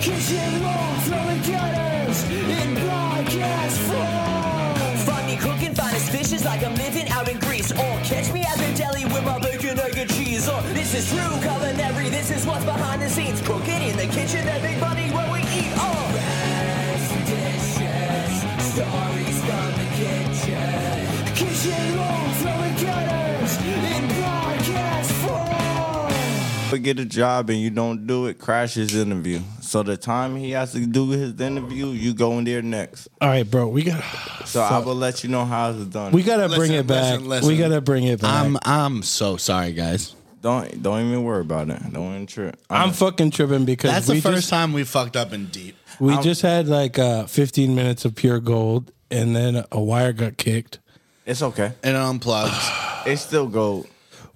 Kitchen rolls, throwing cutters in broadcast form. Find me cooking finest dishes like I'm living out in Greece. Or catch me at the deli with my bacon, egg, and cheese. Or this is true culinary, this is what's behind the scenes. Cooking in the kitchen, that big money where we eat. Oh, Best dishes, stories from the kitchen. Kitchen rolls, throwing cutters in broadcast form. But get a job and you don't do it, crash his interview. So the time he has to do his interview, you go in there next. All right, bro. We got So I will let you know how it's done. we gotta Listen, bring it back. listen, listen. We gotta bring it back. I'm I'm I'm so sorry, guys. don't don't even worry about it. Don't even trip. I'm fucking tripping because That's we the first just time we fucked up in deep. we just had like uh, 15 minutes of pure gold, and then a wire got kicked. it's okay. And it unplugged. It's still gold.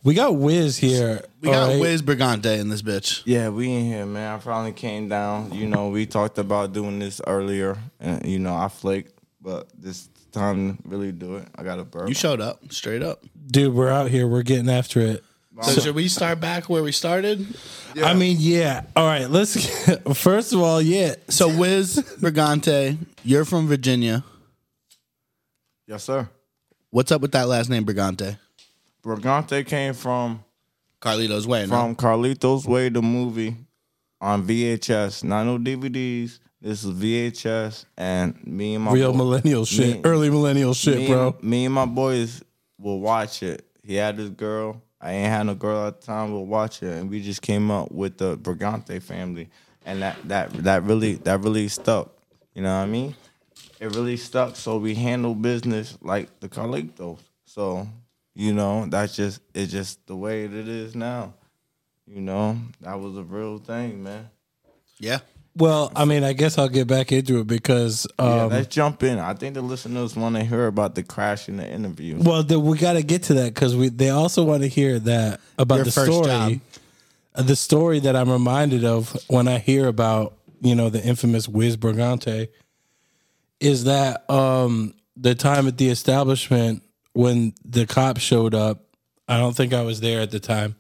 We got Wiz here. We got alright? Wiz Brigante in this bitch. Yeah, we in here, man. I finally came down. You know, we talked about doing this earlier, and you know, I flaked, but this time to really do it. I got a burp. You showed up straight up. dude. We're out here. We're getting after it. So, should we start back where we started? I mean, yeah. All right. Let's first of all, yeah. So Wiz Brigante, you're from Virginia. yes, sir. What's up with that last name, Brigante? Brigante came from Carlito's way. no? from Carlitos Way, the movie on VHS, not no DVDs. This is VHS, and me and my Real boy- millennial shit. me- Early millennial shit, me bro. And, me and my boys will watch it. He had his girl. I ain't had no girl at the time. We'll watch it, and we just came up with the Brigante family, and that that that really that really stuck. You know what I mean? It really stuck. So we handle business like the Carlitos. So you know that's just it's just the way that it is now. You know that was a real thing, man. Yeah. Well, I mean, I guess I'll get back into it because, Yeah, um, let's jump in. I think the listeners want to hear about the crash in the interview. well, the, we got to get to that because we they also want to hear that about Your the first story, job. uh, the story that I'm reminded of when I hear about you know the infamous Wiz Brigante, is that um, the time at the establishment when the cop showed up. I don't think I was there at the time.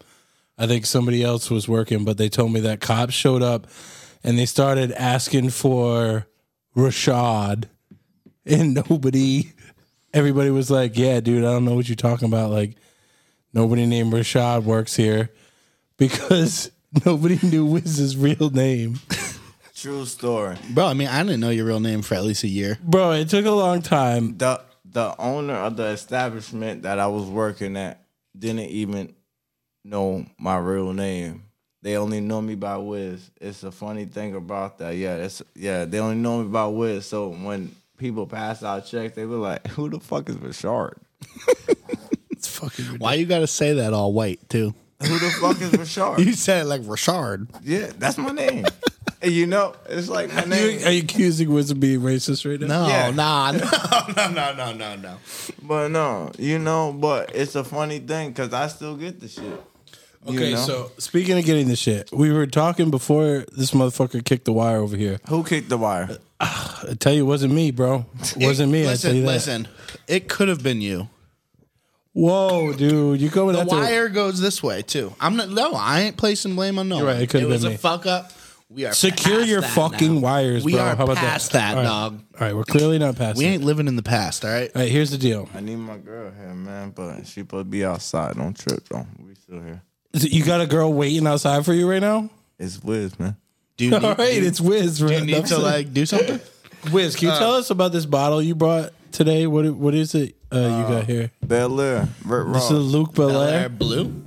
I think somebody else was working, but they told me that cops showed up and they started asking for Rashad, and nobody, everybody was like, "Yeah, dude, I don't know what you're talking about." Like, nobody named Rashad works here because nobody knew Wiz's real name. True story. Bro, I mean, I didn't know your real name for at least a year. Bro, it took a long time. the the owner of the establishment that I was working at didn't even know my real name. They only know me by Wiz. It's a funny thing about that. Yeah, it's yeah, they only know me by Wiz. So when people pass out checks, they were like, Who the fuck is Rashard? Why you gotta say that all white too? Who the fuck is You Rashard? said it like Rashard. yeah, that's my name. And you know, it's like my Are you, are name. you accusing Wiz of being racist right now? No, Yeah. nah, no, no, no, no, no, no. But no, you know, but it's a funny thing because I still get the shit. you Okay, know? so speaking of getting the shit, we were talking before this motherfucker kicked the wire over here. who kicked the wire? I tell you, it wasn't me, bro. It wasn't me. I tell you Listen, that. listen. It could have been you. Whoa, dude, you going The after? wire goes this way too. I'm not. No, I ain't placing blame on no. You're right, one. it could've was been a me. fuck up. We are Secure past your that fucking now. wires, We bro. are How about past that, that All right. dog. All right, we're clearly not past. We it. ain't living in the past. All right. All right, here's the deal. I need my girl here, man, but she supposed to be outside. Don't trip, though. We still here. Is it- You got a girl waiting outside for you right now? It's Wiz, man. Do you need, All right, do you- it's Wiz. do you need to like do something? Wiz, can you tell us about this bottle you brought today? What what is it uh, you got here? Bel Air, Red This is Rock. Luke Belair. blue.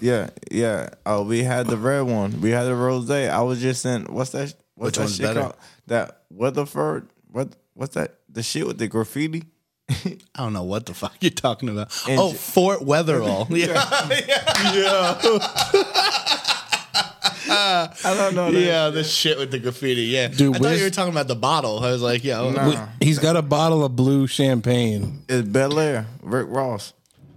Yeah, yeah. Oh, we had the red one. We had the rose. I was just in. What's that? What's Which that one's shit better? called? That Weatherford. What? What's that? The shit with the graffiti. I don't know what the fuck you're talking about. And- oh, Fort Weatherall. yeah, I don't know. that. yeah, the shit with the graffiti. Yeah, Dude, I thought where's- you were talking about the bottle. I was like, yeah, Nah. He's got a bottle of blue champagne. It's Bel Air, Rick Ross.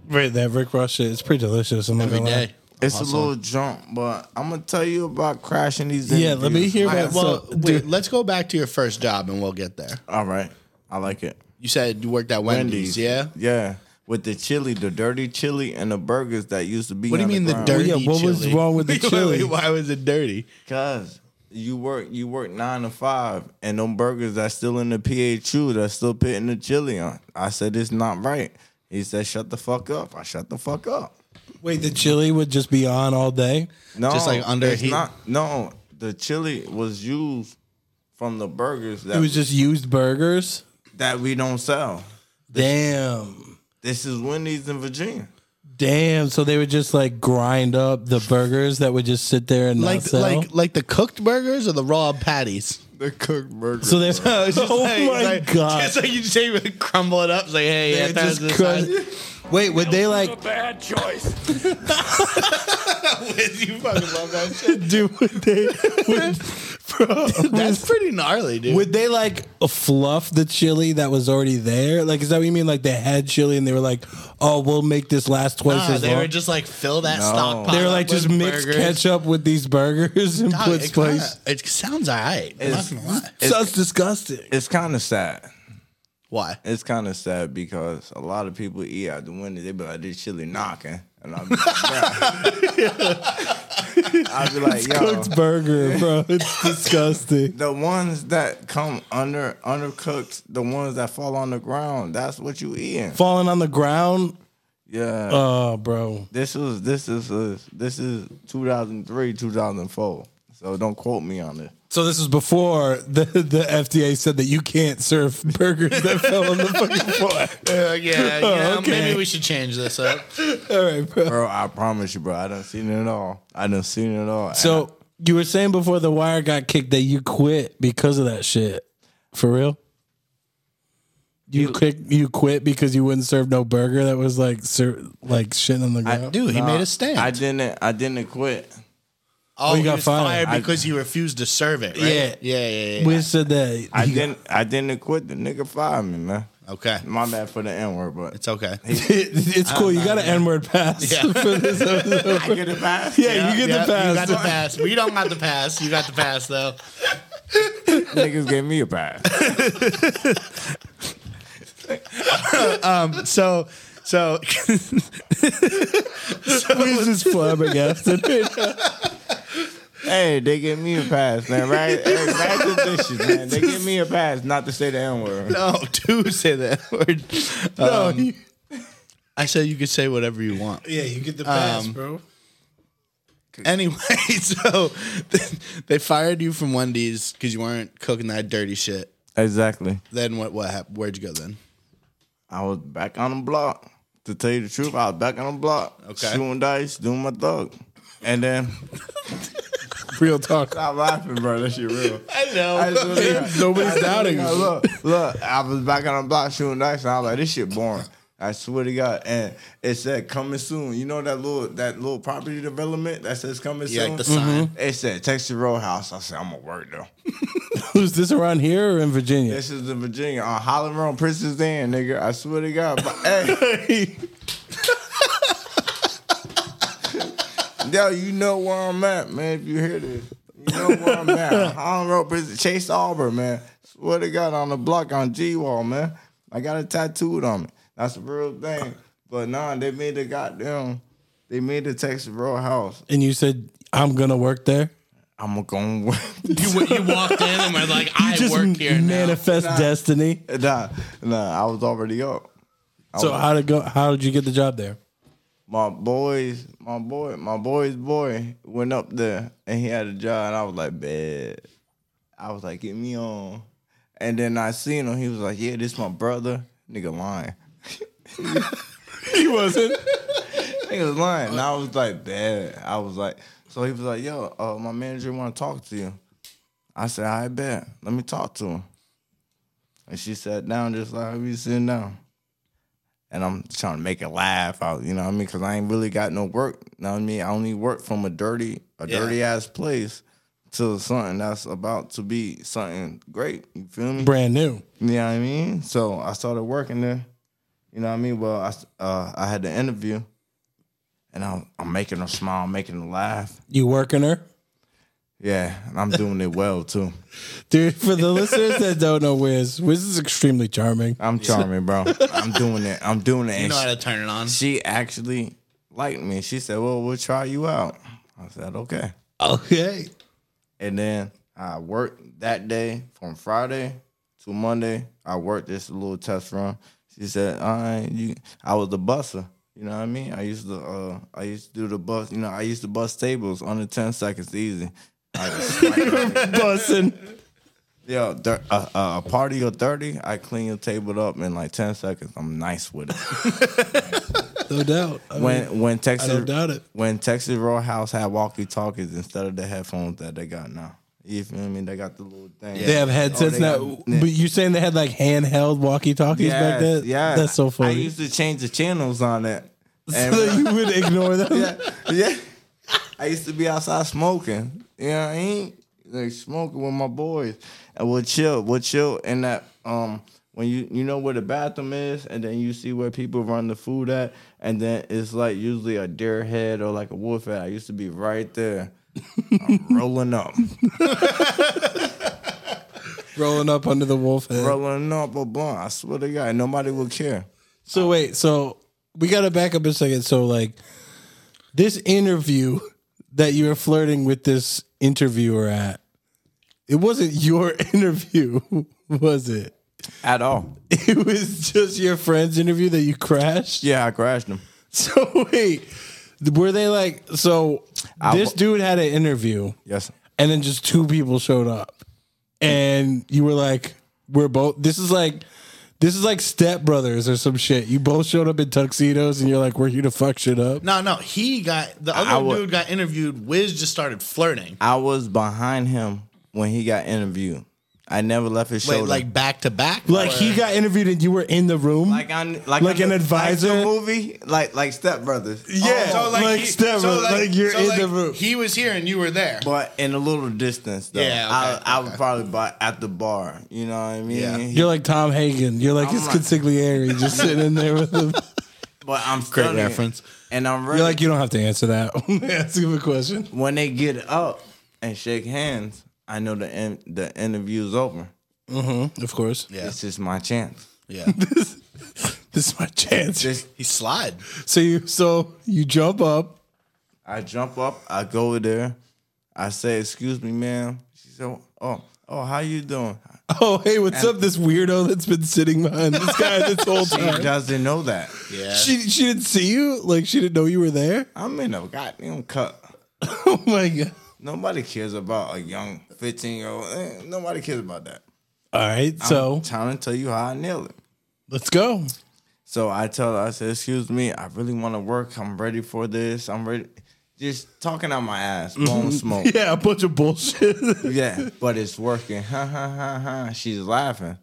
Right, that Rick Ross shit. It's pretty delicious. I'm not every gonna lie. day. It's a little jump, but I'm gonna tell you about crashing these. Yeah, let me interviews. hear All right, about. well, so, wait, let's go back to your first job and we'll get there. All right, I like it. You said you worked at Wendy's, Wendy's. yeah? Yeah. With the chili, the dirty chili, and the burgers that used to be. What do you on mean the ground. dirty? yeah, what was chili? wrong with the Wait, chili? wait, Why was it dirty? Cause you work you work nine to five, and them burgers that's still in the PHU that's still putting the chili on. I said it's not right. He said, "Shut the fuck up." I shut the fuck up. Wait, the chili would just be on all day. No, Just, like, under it's heat? Not, no, the chili was used from the burgers that It was just used burgers. that we don't sell. Damn, This is Wendy's in Virginia. damn. So they would just like grind up the burgers that would just sit there and not Like sell. like like the cooked burgers or the raw patties. The cooked burgers. so there's oh Like, my like- god. Just like you just say, crumble it up. It's like hey, yeah, They that's just the crunch- size. Wait, would they like Bad choice. you fucking love that shit. do? Would they? Would, bro, That's pretty gnarly, dude. Would they like fluff the chili that was already there? Like, is that what you mean? Like they had chili and they were like, "Oh, we'll make this last twice Nah, as they long." were just like fill that No. stockpile. they were like up just with mix burgers. ketchup with these burgers and Nah, put it spice. kinda- It sounds alright. I'm not It's- gonna lie. Sounds disgusting. it's kind of sad. Why? It's kind of sad because a lot of people eat out the window. They be like, "This chili knocking," and I'm like, "Bruh." I be like, "Yo, Cooked burger, bro. It's disgusting. the ones that come under undercooked, the ones that fall on the ground, that's what you eating." Falling on the ground. Yeah, Oh, bro. this was this is uh, this is 2003, 2004. So don't quote me on this. So this was before the, the FDA said that you can't serve burgers that fell on the fucking floor. Uh, yeah, yeah, okay. Maybe we should change this up. All right, bro. Bro, I promise you, bro. I done seen it all. I done seen it all. And So you were saying before the wire got kicked that you quit because of that shit. For real? You quit. You quit because you wouldn't serve no burger that was like ser- like shit on the ground. Dude, he made a I- stand. I didn't. I didn't quit. oh, you you got got fired, fired. because you refused to serve it, right? Yeah. yeah, yeah. yeah. We said that. I didn't. I didn't quit. The nigga fired me, man. okay, My bad for the N word, but it's okay. it's cool. You got an N word pass Yeah. for this episode. I get it back. Yeah, you get Yeah, the pass. You got the pass. We don't got the pass. You got the pass though. Niggas gave me a pass. So, so We're just flabbergasted. hey, they give me a pass, man. Right? Hey, right dishes, man. They give me a pass not to say the N word. no, do say Oh, that word. Um, I said you could say whatever you want. yeah, you get the pass, Um, bro. Anyway, so they fired you from Wendy's because you weren't cooking that dirty shit. Exactly. Then what? What happened? Where'd you go then? I was back on the block. To tell you the truth, I was back on the block. Okay. Shooting dice, doing my thug. And then Real talk. stop laughing, bro. That shit real. I know. I just really- Nobody's doubting Yeah, you. look, look, I was back on the block shooting dice, and I was like, "This shit boring." I swear to God, and it said coming soon. You know that little that little property development that says coming Yeah, soon. like the sign. It said Texas Roadhouse. I said, "I'm gonna work though." Who's this around here or in Virginia? This is in Virginia on Holland Road, Princess Anne, nigga. I swear to God, but hey. Yo, you know where I'm at, man. If you hear this, you know where I'm at. Holland Road, Princess Chase Auburn, man. Swear to God, on the block on G Wall, man. I got it tattooed on me. That's a real thing. But nah, they made the goddamn, they made the Texas Roadhouse. And you said I'm gonna work there. I'm gonna go. You, you walked in and were like, I Just work here now. manifest destiny. nah, nah, I was already up. So how did go? How did you get the job there? my boys, my boy, my boy's boy went up there and he had a job and I was like, bad. I was like, get me on. And then I seen him, he was like, yeah, this my brother. Nigga lying. He wasn't. He was lying. And I was like, bad. I was like, so he was like, yo, uh, my manager want to talk to you. I said, I bet. Let me talk to him. And she sat down just like how we sitting down. And I'm trying to make it laugh out, you know what I mean? Cause I ain't really got no work. You know what I mean? I only work from a dirty, a Yeah. dirty ass place to something that's about to be something great. You feel me? Brand new. You know what I mean? So I started working there. You know what I mean? Well, I s- uh, I had the interview, and I'm I'm making her smile, making her laugh. You working her, Yeah, and I'm doing it well too. dude? For the listeners that don't know Wiz, Wiz is extremely charming. I'm charming, bro. I'm doing it. I'm doing it. You And know how she, to turn it on. she actually liked me. She said, "Well, we'll try you out." I said, "Okay." Okay. And then I worked that day from Friday to Monday. I worked this little test run. She said, "All right, you." I was the busser. You know what I mean? I used to, uh, I used to do the bus. You know, I used to bust tables under ten seconds easy. I just- Bussin'. Yo, thir- a, a, a party of 30, I clean your table up in like 10 seconds. I'm nice with it. No doubt. I mean, When when Texas Mm. I don't doubt it. when Texas Raw House had walkie talkies instead of the headphones that they got now. You feel me? They got the little thing. they have headsets Oh, they now. got- But you're saying they had like handheld walkie talkies Yes, back then? yes. That's so I funny. used to change the channels on that. And- so you would ignore them? yeah, yeah. I used to be outside smoking. You know what I mean? Like smoking with my boys, and we'll chill. We'll chill in that um when you you know where the bathroom is, and then you see where people run the food at, and then it's like usually a deer head or like a wolf head. I used to be right there. I'm rolling up, Rolling up under the wolf head. rolling up a blunt. I swear to God, nobody will care. So wait, so we gotta back up a second. So like this interview that you were flirting with this interviewer at, it wasn't your interview, was it? At all. It was just your friend's interview that you crashed. Yeah, I crashed him. So wait, were they like so I this wa- dude had an interview Yes. and then just two people showed up and you were like we're both this is like this is like step brothers or some shit you both showed up in tuxedos and you're like we're here to fuck shit up No, no, he got the I other would- dude got interviewed. Wiz just started flirting. I was behind him when he got interviewed. I never left his Wait, shoulder. like back to back? like Or- he got interviewed and you were in the room like on like, Like on an the- advisor? like the movie, like like Step Brothers. Oh, yeah So, like, he- step so, brothers like, you're so, in like, the room He was here and you were there. But in a little distance, though. Yeah, okay, I, I was okay. probably by, at the bar. You know what I mean? Yeah. He- you're like Tom Hagen. You're like I'm his like- consigliere, just sitting in there with him. but I'm studying, reference. And I'm ready. You're like, you don't have to answer that. Only ask him a question. when they get up and shake hands, I know the in, the interview's over. Of course, yeah, This is my chance. yeah. this is my chance. This he slid. So you, so you jump up. I jump up. I go over there. I say, "Excuse me, ma'am." She said, "Oh, oh, how you doing?" Oh, hey, what's up, this weirdo that's been sitting behind this guy this whole She time? doesn't know that. Yeah, She she didn't see you, like she didn't know you were there. I'm in a goddamn cut. Oh my god! Nobody cares about a young 15 year old. Eh, Nobody cares about that. All right, I'm so trying to tell you how I nailed it. let's go. So I tell her, I said, "Excuse me, I really want to work. I'm ready for this. I'm ready." Just talking out my ass, blowing smoke. Mm-hmm. Yeah, a bunch of bullshit. yeah, but it's working. Ha ha ha ha. She's laughing.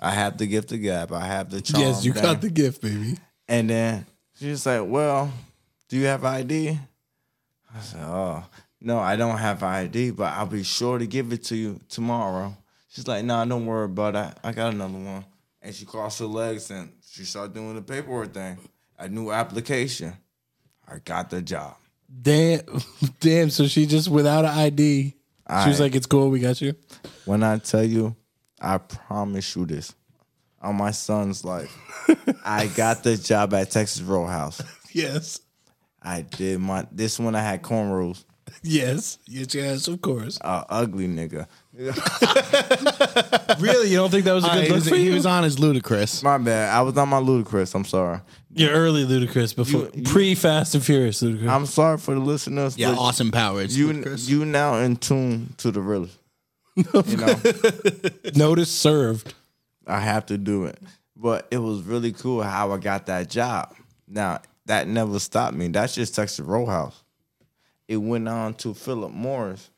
I have the gift of gab. I have the charm. Mm-hmm. yes, you down. got the gift, baby. And then she's like, Well, do you have ID? I said, Oh, no, I don't have ID, but I'll be sure to give it to you tomorrow. She's like, Nah, don't worry about it. I got another one. And she crossed her legs and she started doing the paperwork thing. A new application. I got the job. Damn, damn. So she just without an ID. she was right. like, "It's cool, we got you." When I tell you, I promise you this. On my son's life, I got the job at Texas Roadhouse. Yes, I did my this one I had cornrows. yes, yes, yes. Of course. A ugly nigga. really, you don't think that was a good look for you? on his ludicrous. My bad. I was on my ludicrous. I'm sorry. You're early, ludicrous. Before You- you- pre Fast and Furious, ludicrous. I'm sorry for the listeners. Yeah, but Austin Powers. You Ludacris. you now in tune to the realest. you know, Notice served. I have to do it. But it was really cool how I got that job. Now that never stopped me. That's just Texas Roadhouse. It went on to Philip Morris.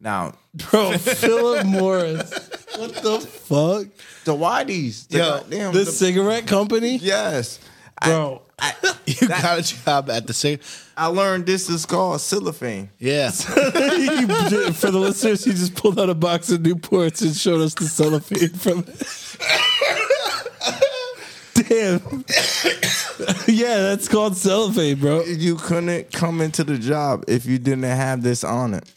Now Bro, Philip Morris. What the fuck? the Whiteys, the Yo, goddamn- The the- cigarette company? yes. Bro. I, you got a job at the same. I learned this is called cellophane. Yeah, He did- for the listeners, he just pulled out a box of Newports and showed us the cellophane from it. Damn. yeah, that's called cellophane, bro. you couldn't come into the job if you didn't have this on it.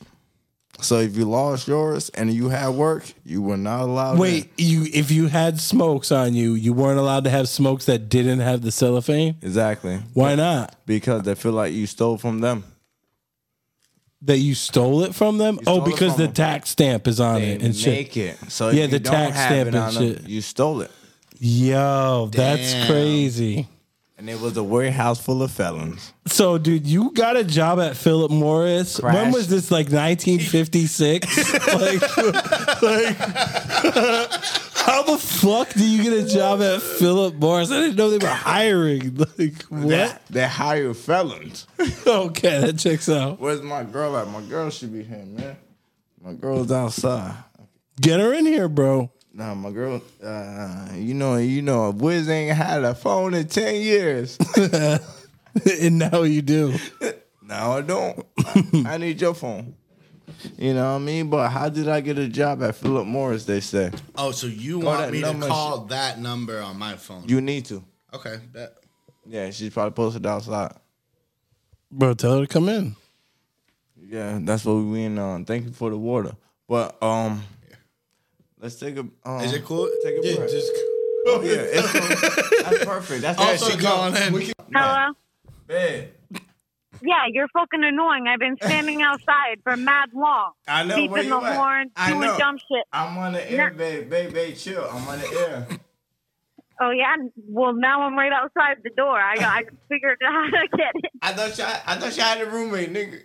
So if you lost yours and you had work, you were not allowed. in. Wait, you if you had smokes on you, you weren't allowed to have smokes that didn't have the cellophane? exactly Why not? because they feel like you stole from them. that you stole it from them? stole oh, it because from the them. tax stamp is on They it and make shit. it. So if Yeah, you the don't tax have stamp it and on them, shit. You stole it, Yo, that's Damn. crazy. and it was a warehouse full of felons. So, dude, you got a job at Philip Morris. When Crashed. was this? Like 1956. like, like, how the fuck do you get a job at Philip Morris? I didn't know they were hiring. Like, what? They, they hire felons. Okay, that checks out. Where's my girl at? My girl should be here, man. My girl's outside. Get her in here, bro. Nah, my girl. Uh, you know, you know, Wiz ain't had a phone in ten years. and now you do. No, I don't. I need your phone. You know what I mean? But how did I get a job at Philip Morris? They say Oh, so you that want me to number- call that number on my phone? you Uh-huh. need to. okay, bet. Yeah, she's probably posted outside. Bro, tell her to come in. Yeah, that's what we win on. Thank you for the water. But um, let's take a. Um, Is it cool? Take a break. just Oh, Oh, yeah, it's cool. that's perfect. That's also she calling in. Hello? Babe, Yeah, you're fucking annoying. I've been standing outside for mad long. I know, where Beeping you the at? horn, I doing know. dumb shit. I'm on the air, babe. Babe, babe, chill. I'm on the air. Oh, yeah? Well, now I'm right outside the door. I, I figured out how to get it. I thought you. I thought you had a roommate, nigga.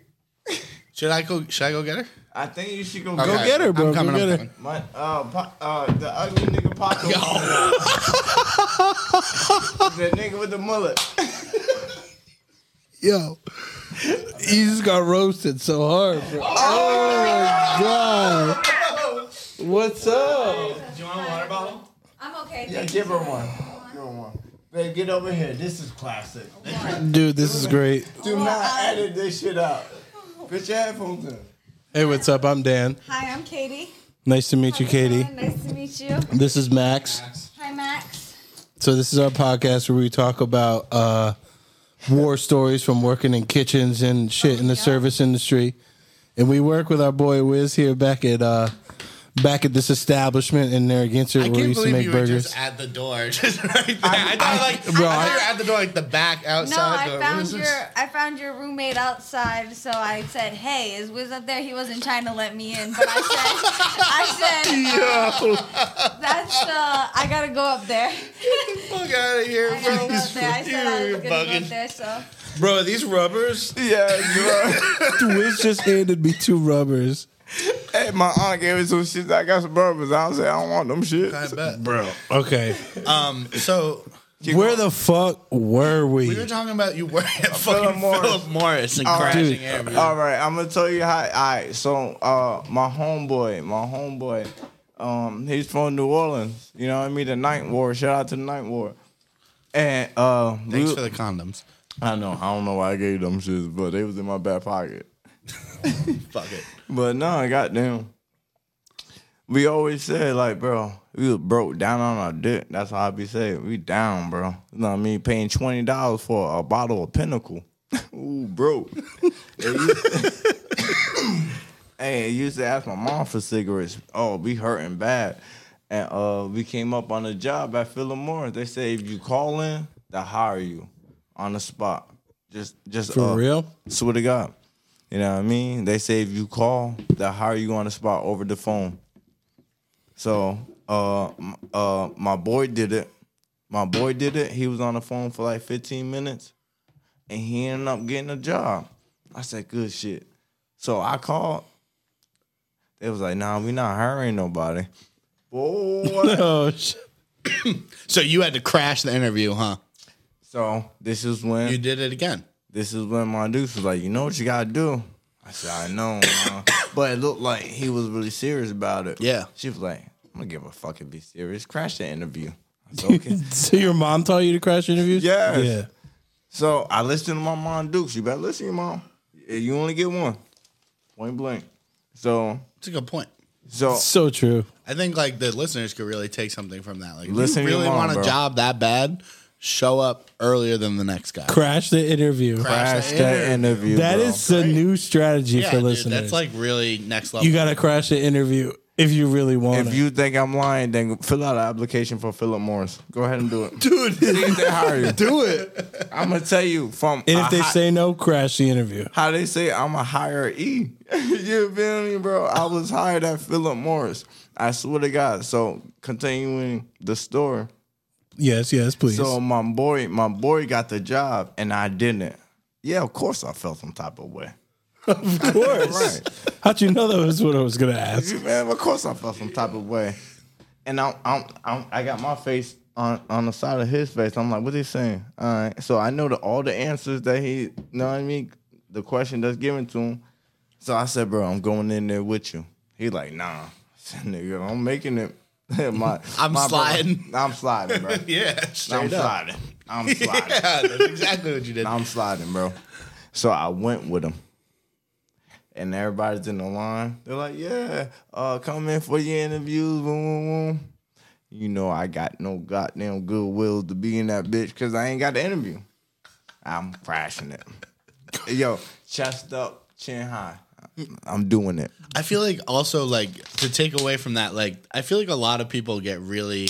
Should I go? Should I go get her? I think you should go Okay. go get her, bro. I'm Go coming. get I'm her. coming. My uh, po- uh, the ugly nigga Paco. the nigga with the mullet. Yo, you just got roasted so hard, bro. Oh, my God. What's up? I'm okay. Yeah, thank give you. her one. Give her one. Babe, get over here. This is classic. Dude, this is great. Do not edit this shit out. Put your headphones in. Hey, what's up? I'm Dan. Hi, I'm Katie. Nice to meet you, How's it Katie. going? Nice to meet you. This is Max. Hi, Max. So this is our podcast where we talk about uh, war stories from working in kitchens and shit in the service industry, and we work with our boy Wiz here back at uh, back at this establishment in Narragansett I where we can't used to believe make you were burgers. just at the door, just right there. I, thought like, bro, I thought I- you were at the door, like the back No, outside. I door. What found is your this? I found your roommate outside, so I said, "Hey, is Wiz up there?" He wasn't trying to let me in, but I said, "I said, uh, that's uh, I gotta go up there." Fuck out of here, I gotta bro. go up there. I said I was You're gonna go up bugging. there, so Bro, are these rubbers? Yeah, Wiz just handed me two rubbers. Hey, my aunt gave me some shit. I got some burgers. I don't say I don't want them shit. I bet. Bro, okay, Um, so where the fuck were we were we? talking about you working at fucking Morris. Philip Morris, and All right. crashing Dude. everything. All right, I'm gonna tell you how. All right, so uh, my homeboy, my homeboy, um, he's from New Orleans. You know what I mean? The Night War. Shout out to the Night War. And uh, Thanks we- for the condoms. I know I don't know why I gave them shits, but they was in my back pocket. Fuck it. But no, goddamn. We always said like, bro, we was broke down on our dick. That's how I be saying. We down, bro. You know what I mean? Paying twenty dollars for a bottle of Pinnacle. Ooh, broke. hey, I used to ask my mom for cigarettes. Oh, we hurting bad. And uh, we came up on a job at Philip Morris. They said if you call in, they'll hire you on the spot. Just, just For Oh. uh, real? Swear to God. You know what I mean? They say if you call, they'll hire you on the spot over the phone. So uh m- uh my boy did it. My boy did it. He was on the phone for like 15 minutes and he ended up getting a job. I said, good shit. So I called. They was like, nah, we not hiring nobody. Boy. Oh, shit. So you had to crash the interview, huh? so this is when You did it again. this is when my dude was like, you know what you gotta do? I said, I know, ma." but it looked like he was really serious about it. Yeah. She was like, I'm gonna give a fucking be serious. Crash the interview. I said, okay. so your mom taught you to crash interviews? Yes. Yeah. so I listened to my mom Dukes. You better listen to your mom. You only get one. Point blank. So It's a good point. so So true. I think like the listeners could really take something from that. Like, Listen if to you your really mom, want a bro. job that bad, show up earlier than the next guy. Crash the interview. crash the interview. That bro. is the new strategy Yeah, for dude, listeners. that's like really next level. you gotta crash the interview. if you really want If it. you think I'm lying, then fill out an application for Philip Morris. Go ahead and do it. Dude, See if they hire you. do it. I'm gonna tell you from and if a they hi- say no, crash the interview. how they say I'm a higher E. you feel me, bro? I was hired at Philip Morris. I swear to God. So continuing the story. Yes, yes, please. So my boy, my boy got the job and I didn't. Yeah, of course I felt some type of way. of course. How'd you know that was what I was gonna ask? You- Man, of course I felt some type of way. And I'm, I'm, I'm, I got my face on, on the side of his face. I'm like, what he saying? All right. So I know that all the answers that he, you know what I mean? The question that's given to him. So I said, bro, I'm going in there with you. He like, nah. I said, Nigga, I'm making it. my, I'm my bro- sliding. I'm sliding, bro. Yeah, I'm straight up. sliding. I'm sliding. Yeah, that's exactly what you did. I'm sliding, bro. So I went with him. And everybody's in the line. They're like, yeah, uh, come in for your interviews. Boom, boom, boom. You know, I got no goddamn goodwill to be in that bitch because I ain't got the interview. I'm crashing it. Yo, chest up, chin high. I'm doing it. I feel like also like to take away from that, like I feel like a lot of people get really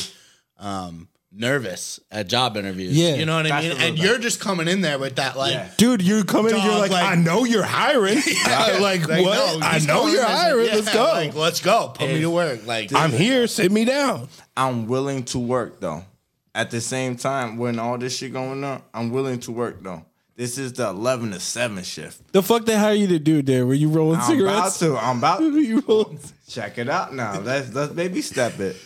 um nervous at job interviews. Yeah. You know what I That's mean? a little And bit. you're just coming in there with that like Yeah. Dude, you come in and you're Dog, like, like- I know you're hiring. like, what? no, I he's know going you're in there, hiring. yeah, Let's go. Like, let's go. Put me If- to work. Like I'm here. Sit me down. I'm willing to work though. At the same time, when all this shit going on, I'm willing to work though. This is the 11 to 7 shift. The fuck they hire you to do there? Were you rolling I'm cigarettes? about to. I'm about Were you rolling- check it out now. Let's let's baby step it.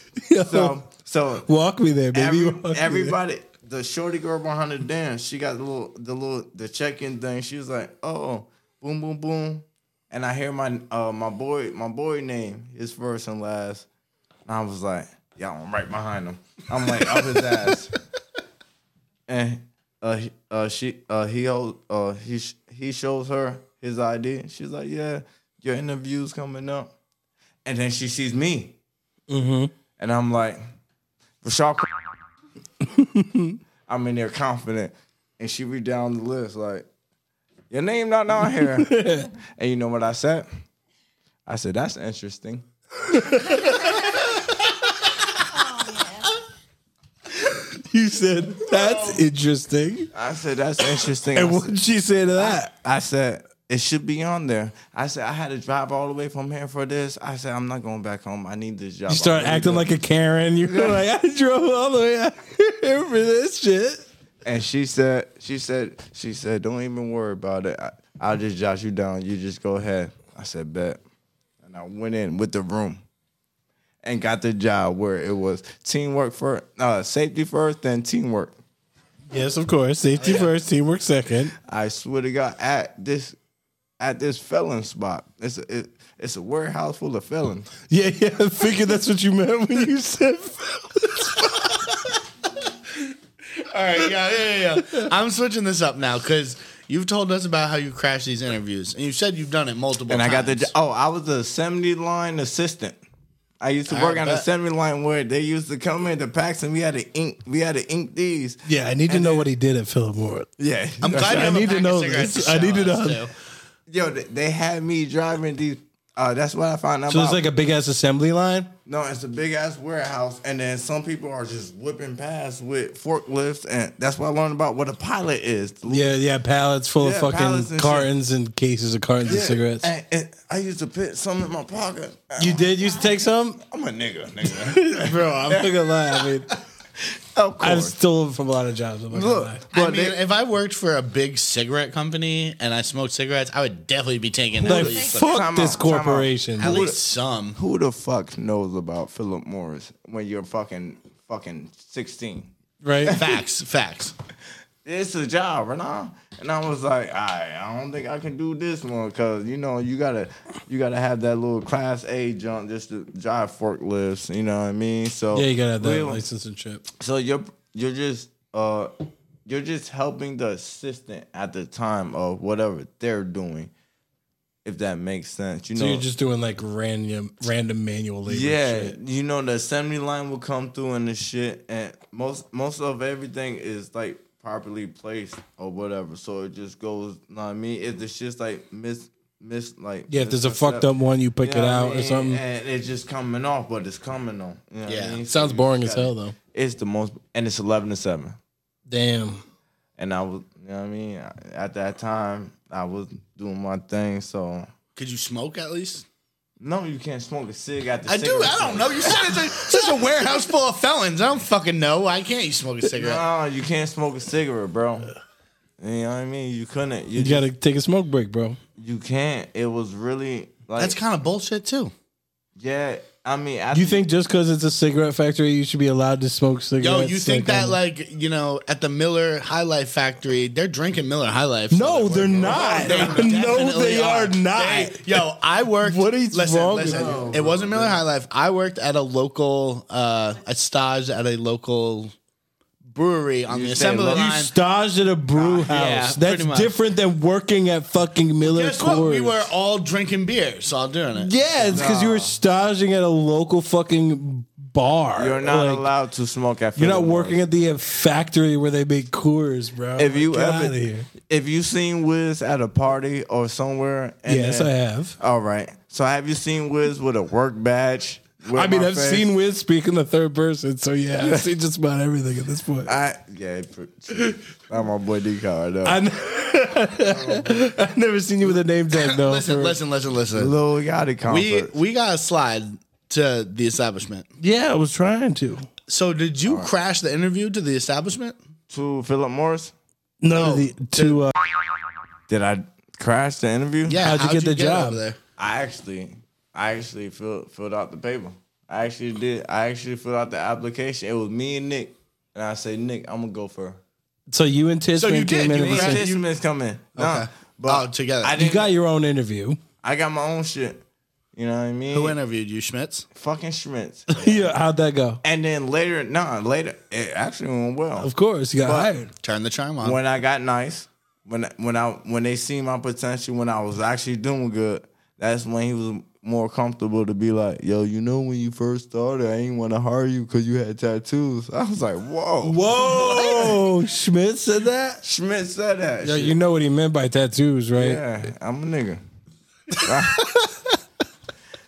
So so Walk me there, baby. every, Walk me there. everybody, the shorty girl behind the dance, she got the little the little the check in thing. She was like, oh, boom, boom, boom, and I hear my uh my boy my boy name, his first and last, and I was like, yeah, I'm right behind him. I'm like up his ass, and uh he- uh she uh he hold- uh he sh- he shows her his ID. She's like, yeah, your interview's coming up, and then she sees me. Mm-hmm. And I'm like, Rashad. I'm in there confident. And she read down the list like, your name not on here. and you know what I said? I said, that's interesting. You said that's interesting. I said, that's interesting. And I, what said, did she say to that? I said, it should be on there. I said, I had to drive all the way from here for this. I said, I'm not going back home. I need this job. You start acting like a Karen. You're like, I drove all the way out here for this shit. And she said, she said, she said, don't even worry about it. I, I'll just jot you down. You just go ahead. I said, bet. And I went in with the room and got the job where it was teamwork first, uh, safety first, then teamwork. Yes, of course. Safety first, teamwork second. I swear to God, at this at this felon spot, it's a, it, it's a warehouse full of felons. Yeah, yeah. I figured that's what you meant when you said. All right, yeah, yeah, yeah, yeah. I'm switching this up now because you've told us about how you crash these interviews, and you said you've done it multiple. and I times. got the jo- oh, I was the assembly line assistant. I used to I work on the bet. assembly line where they used to come in the packs and we had to ink we had to ink these. Yeah, I need to know what he did at Philip Morris. Yeah, I'm glad you I have a need to pack of know cigarettes this. to I need show to us, know. too. Yo, th- they had me driving these. Uh, that's what I found out. So it's about. like a big ass assembly line. no, it's a big ass warehouse, and then some people are just whipping past with forklifts, and that's what I learned about what a pilot is. Yeah, yeah. Pallets full Yeah, of pallets fucking and cartons and cases of cartons Yeah, of cigarettes. And, and I used to put some in my pocket. Uh, You did. You used to take some, I'm a nigga, nigga. bro. I'm not gonna lie. I mean, of I've course. stolen from a lot of jobs. I'm not gonna Look, lie. I but mean, they- if I worked for a big cigarette company and I smoked cigarettes, I would definitely be taking at Like least fuck Time this out, time out. corporation. at least some. who the fuck knows about Philip Morris when you're fucking fucking 16? right? Facts, facts. it's a job, and I and I was like, I I don't think I can do this one because you know you gotta you gotta have that little class A jump just to drive forklifts. You know what I mean? So Yeah, you gotta have that real- license and chip. So you're you're just uh you're just helping the assistant at the time of whatever they're doing, if that makes sense. You So know, you're just doing like random, random manual labor. yeah, shit. you know the assembly line will come through and the shit, and most most of everything is like properly placed or whatever. So it just goes. Know what I mean, if the shit's like mis mis like Yeah, if there's a misconcept- fucked up one, you pick You know it what I out or mean? something. And it's just coming off, but it's coming on. You know what I Yeah. mean? It sounds So you boring just as hell gotta- though. It's the most, and it's eleven to seven. Damn. And I was, you know what I mean. I- At that time, I was doing my thing. So Could you smoke at least? no, you can't smoke a cig at the. I do. I don't know. You said it's, a, it's just a warehouse full of felons. I don't fucking know. Why can't you smoke a cigarette? No, you can't smoke a cigarette, bro. You know what I mean? You couldn't. You, You just, gotta take a smoke break, bro. you can't. It was really like That's kind of bullshit too. yeah. I mean, I You think just because it's a cigarette factory, you should be allowed to smoke Yo, cigarettes? you think that um, like you know at the Miller High Life factory they're drinking Miller High Life? No, they're not. no, definitely they are, not. They- yo, I worked. What is listen, wrong with Listen, you? it wasn't Miller High Life. I worked at a local, uh, a stage at a local brewery on You the say assembly local. you line. staged at a brew house. yeah, That's pretty much. different than working at fucking Miller Guess Coors. what? We were all drinking beer, so I'm doing it. yeah, it's because you were staging at a local fucking bar. you're not Like, allowed to smoke at. You're not Philip working Morris. at the uh, factory where they make Coors, bro. If you Get ever, outta here. if you seen Wiz at a party or somewhere, and yes, then- I have. All right. So have you seen Wiz with a work badge? with I mean, my I've face? seen Wiz speak in the third person, so yeah, I've seen just about everything at this point. I yeah. pr- I'm my boy D card. I n- I've never seen you with a name tag though. Listen, for- listen, listen, listen. Lil Yachty We concert. we got a slide to the establishment. Yeah, I was trying to. So did you crash the interview to the establishment? to Philip Morris. No, the, to uh, Did I crash the interview? Yeah, How'd you get the job? over there? I actually, I actually filled filled out the paper. I actually did. I actually filled out the application. It was me and Nick, and I say Nick, I'm gonna go for. so you and Tisman So you came in did, you at the were same- at- This man's coming. Nah, Okay. but Oh, together. I You didn't. You got your own interview. I got my own shit. You know what I mean? Who interviewed you, Schmitz? Fucking Schmitz. yeah, how'd that go? and then later, nah, later it actually went well. Of course, you got But- hired. Turn the charm on. when I got nice, when when I when they seen my potential, when I was actually doing good, that's when he was more comfortable to be like, "Yo, you know when you first started, I ain't want to hire you because you had tattoos." I was like, "Whoa, Whoa, Schmidt Oh, said that. Schmidt said that. Yeah, shit. you know what he meant by tattoos, right? yeah, I'm a nigga.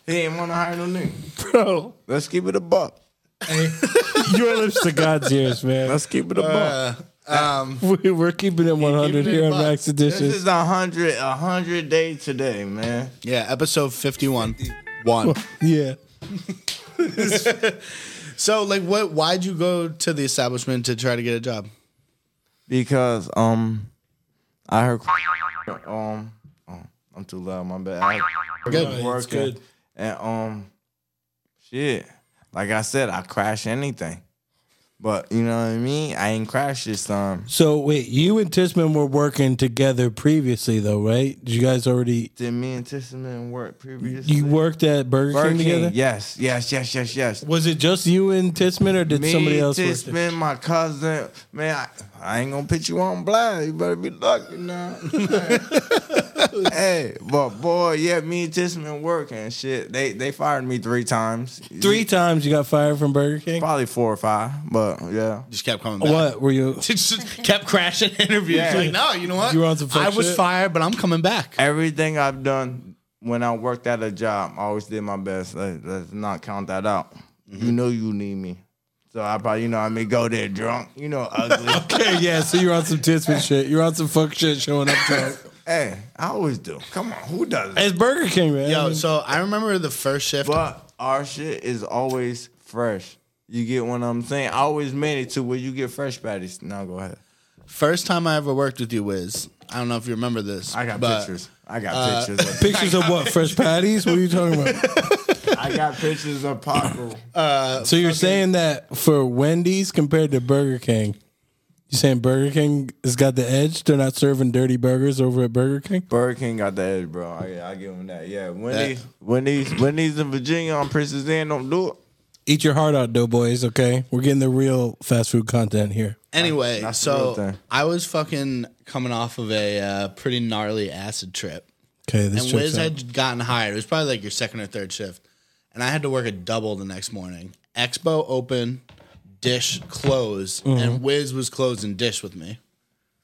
he ain't want to hire no nigga. Bro, Let's keep it a buck. your lips to God's ears, man. Let's keep it a buck. Uh, We- We're keeping it 100 keeping it here on bucks. Max this Edition. is a hundred, a hundred day today, man. Yeah, episode 51. One. Yeah. So, like, what? Why'd you go to the establishment to try to get a job? because um I heard um oh, I'm too loud, my bad. I heard Good. it's working good. and um shit. Like I said, I crash anything. But you know what I mean? I ain't crashed this time. So wait, you and Tisman were working together previously, though, right? Did you guys already Did me and Tissaman work previously? you worked at Burger, Burger King together? Yes, yes, yes, yes, yes. Was it just you and Tisman, or did Me, somebody else work there? Tisman, my cousin. Man, I, I ain't gonna put you on blast. You better be lucky now. hey, but boy, yeah, me and Tisman working and shit. They they fired me three times. Three times you got fired from Burger King. Probably four or five, but yeah. Just kept coming back. What were you? Just kept crashing interviews. Yeah. Like, no, you know what? You were on some fuck I was shit? fired, but I'm coming back. Everything I've done when I worked at a job, I always did my best. Let, let's not count that out. Mm-hmm. You know you need me. So I probably, you know, I mean, go there drunk, you know, ugly. Okay, yeah. So you're on some Tisman shit. You're on some fuck shit showing up drunk. Hey, I always do. Come on, who does It's Burger King, man. Yo, so I remember the first shift. But our shit is always fresh. You get what I'm saying? I always made it to where you get fresh patties. Now go ahead. First time I ever worked with you, Wiz. I don't know if you remember this. I got but uh, pictures. I got pictures. Of, pictures of what? Fresh patties? What are you talking about? I got pictures of Paco. Uh, So you're saying that for Wendy's compared to Burger King, you saying Burger King has got the edge? They're not serving dirty burgers over at Burger King. Burger King got the edge, bro. I, I give him that. Yeah, Wendy's, Wendy's, Wendy's in Virginia on Princess Anne don't do it. Eat your heart out, doughboys. Okay, we're getting the real fast food content here. Anyway, That's the real so thing. I was fucking coming off of a uh, pretty gnarly acid trip. Okay, this and checks Wiz out. had gotten hired. It was probably like your second or third shift, and I had to work a double the next morning. Expo open, Dish closed, Mm-hmm. and Wiz was closing Dish with me.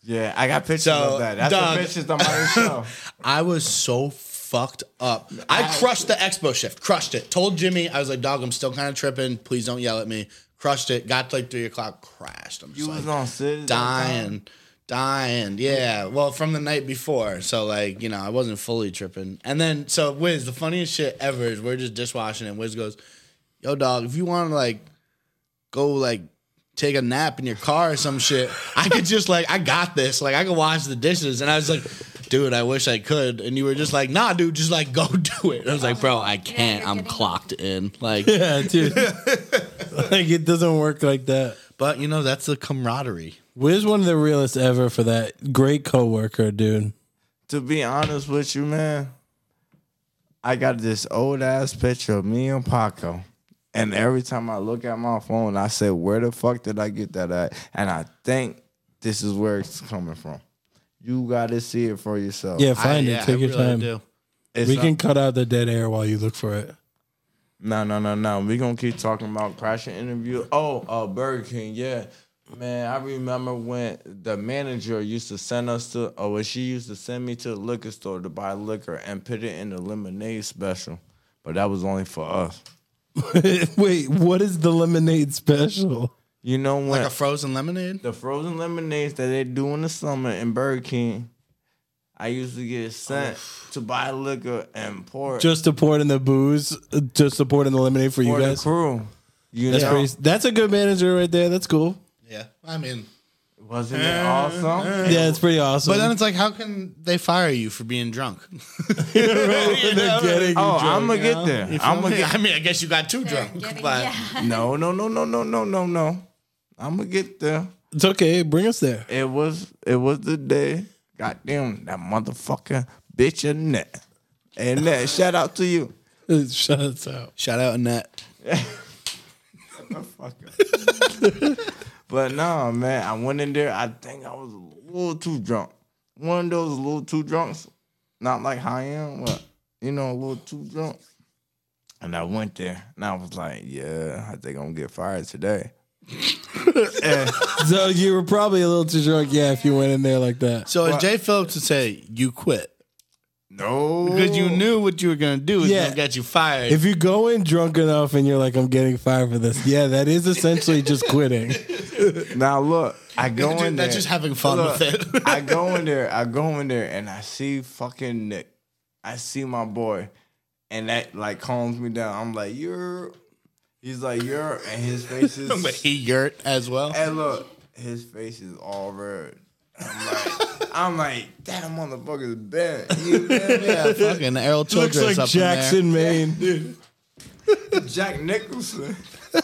Yeah, I got pictures So, of that. That's dog. the pictures on my show. I was so fucked up. I crushed the expo shift, crushed it. Told Jimmy, I was like, dog, I'm still kind of tripping. Please don't yell at me. Crushed it. Got to like three o'clock, crashed. I'm just You like, was on Sid. dying, dying. Yeah. Well, from the night before, so like you know, I wasn't fully tripping. And then so Wiz, the funniest shit ever is we're just dishwashing, and Wiz goes, "Yo, dog, if you want to like go like." Take a nap in your car or some shit. I could just like, I got this. Like, I could wash the dishes. And I was like, dude, I wish I could. And you were just like, nah, dude, just like go do it. And I was like, bro, I can't. you're I'm getting- clocked in. Like, Yeah, dude. like it doesn't work like that. but you know, that's the camaraderie. Wiz one of the realest ever for that great coworker, dude. To be honest with you, man, I got this old ass picture of me and Paco. And every time I look at my phone, I say, Where the fuck did I get that at? And I think this is where it's coming from. You gotta see it for yourself. Yeah, find Oh, I- it. yeah, I Take your really time. do. It's We not- can cut out the dead air while you look for it. No, no, no, no. We gonna keep talking about crashing interview. Oh, uh, Burger King. Yeah, man. I remember when the manager used to send us to, or when she used to send me to the liquor store to buy liquor and put it in the lemonade special. But that was only for us. Wait, what is the lemonade special? You know when Like a frozen lemonade? the frozen lemonades that they do in the summer in Burger King, I used to get sent to buy liquor and pour it Just to pour it in the booze, uh, just to pour it in the lemonade for you for the guys. crew. You That's know, pretty, That's a good manager right there. That's cool. Yeah, I mean, wasn't it awesome? Yeah, it's pretty awesome. but then it's like, how can they fire you for being drunk? They're getting Oh, drunk. I'm gonna get there. I'm gonna get I mean, I guess you got too They're drunk, getting- but yeah. No, no, no, no, no, no, no, no. I'm gonna get there. It's okay. Bring us there. It was, it was the day. Goddamn that motherfucker bitch and that, and that. Shout out to you. Shut us out. shout out Annette. But no, man, I went in there. I think I was a little too drunk. One of those a little too drunks, not like high end, but you know, a little too drunk. And I went there, and I was like, "Yeah, I think I'm gonna get fired today." So you were probably a little too drunk, yeah, if you went in there like that. So as Jay Phillips would say, you quit No, because you knew what you were gonna do is Yeah. gonna get you fired. If you go in drunk enough and you're like, I'm getting fired for this, yeah, that is essentially just quitting. Now look, I go Dude, in there. that's just having fun Look, with it. I go in there. I go in there, and I see fucking Nick. I see my boy, and that like calms me down. I'm like, you're. He's like, you're, and his face is. but he yurt as well. and look, his face is all red. I'm like, I'm like, that motherfucker's bent. You feel me? Yeah, fucking Errol Childress Looks like up Jackson, Maine. Jack Nicholson.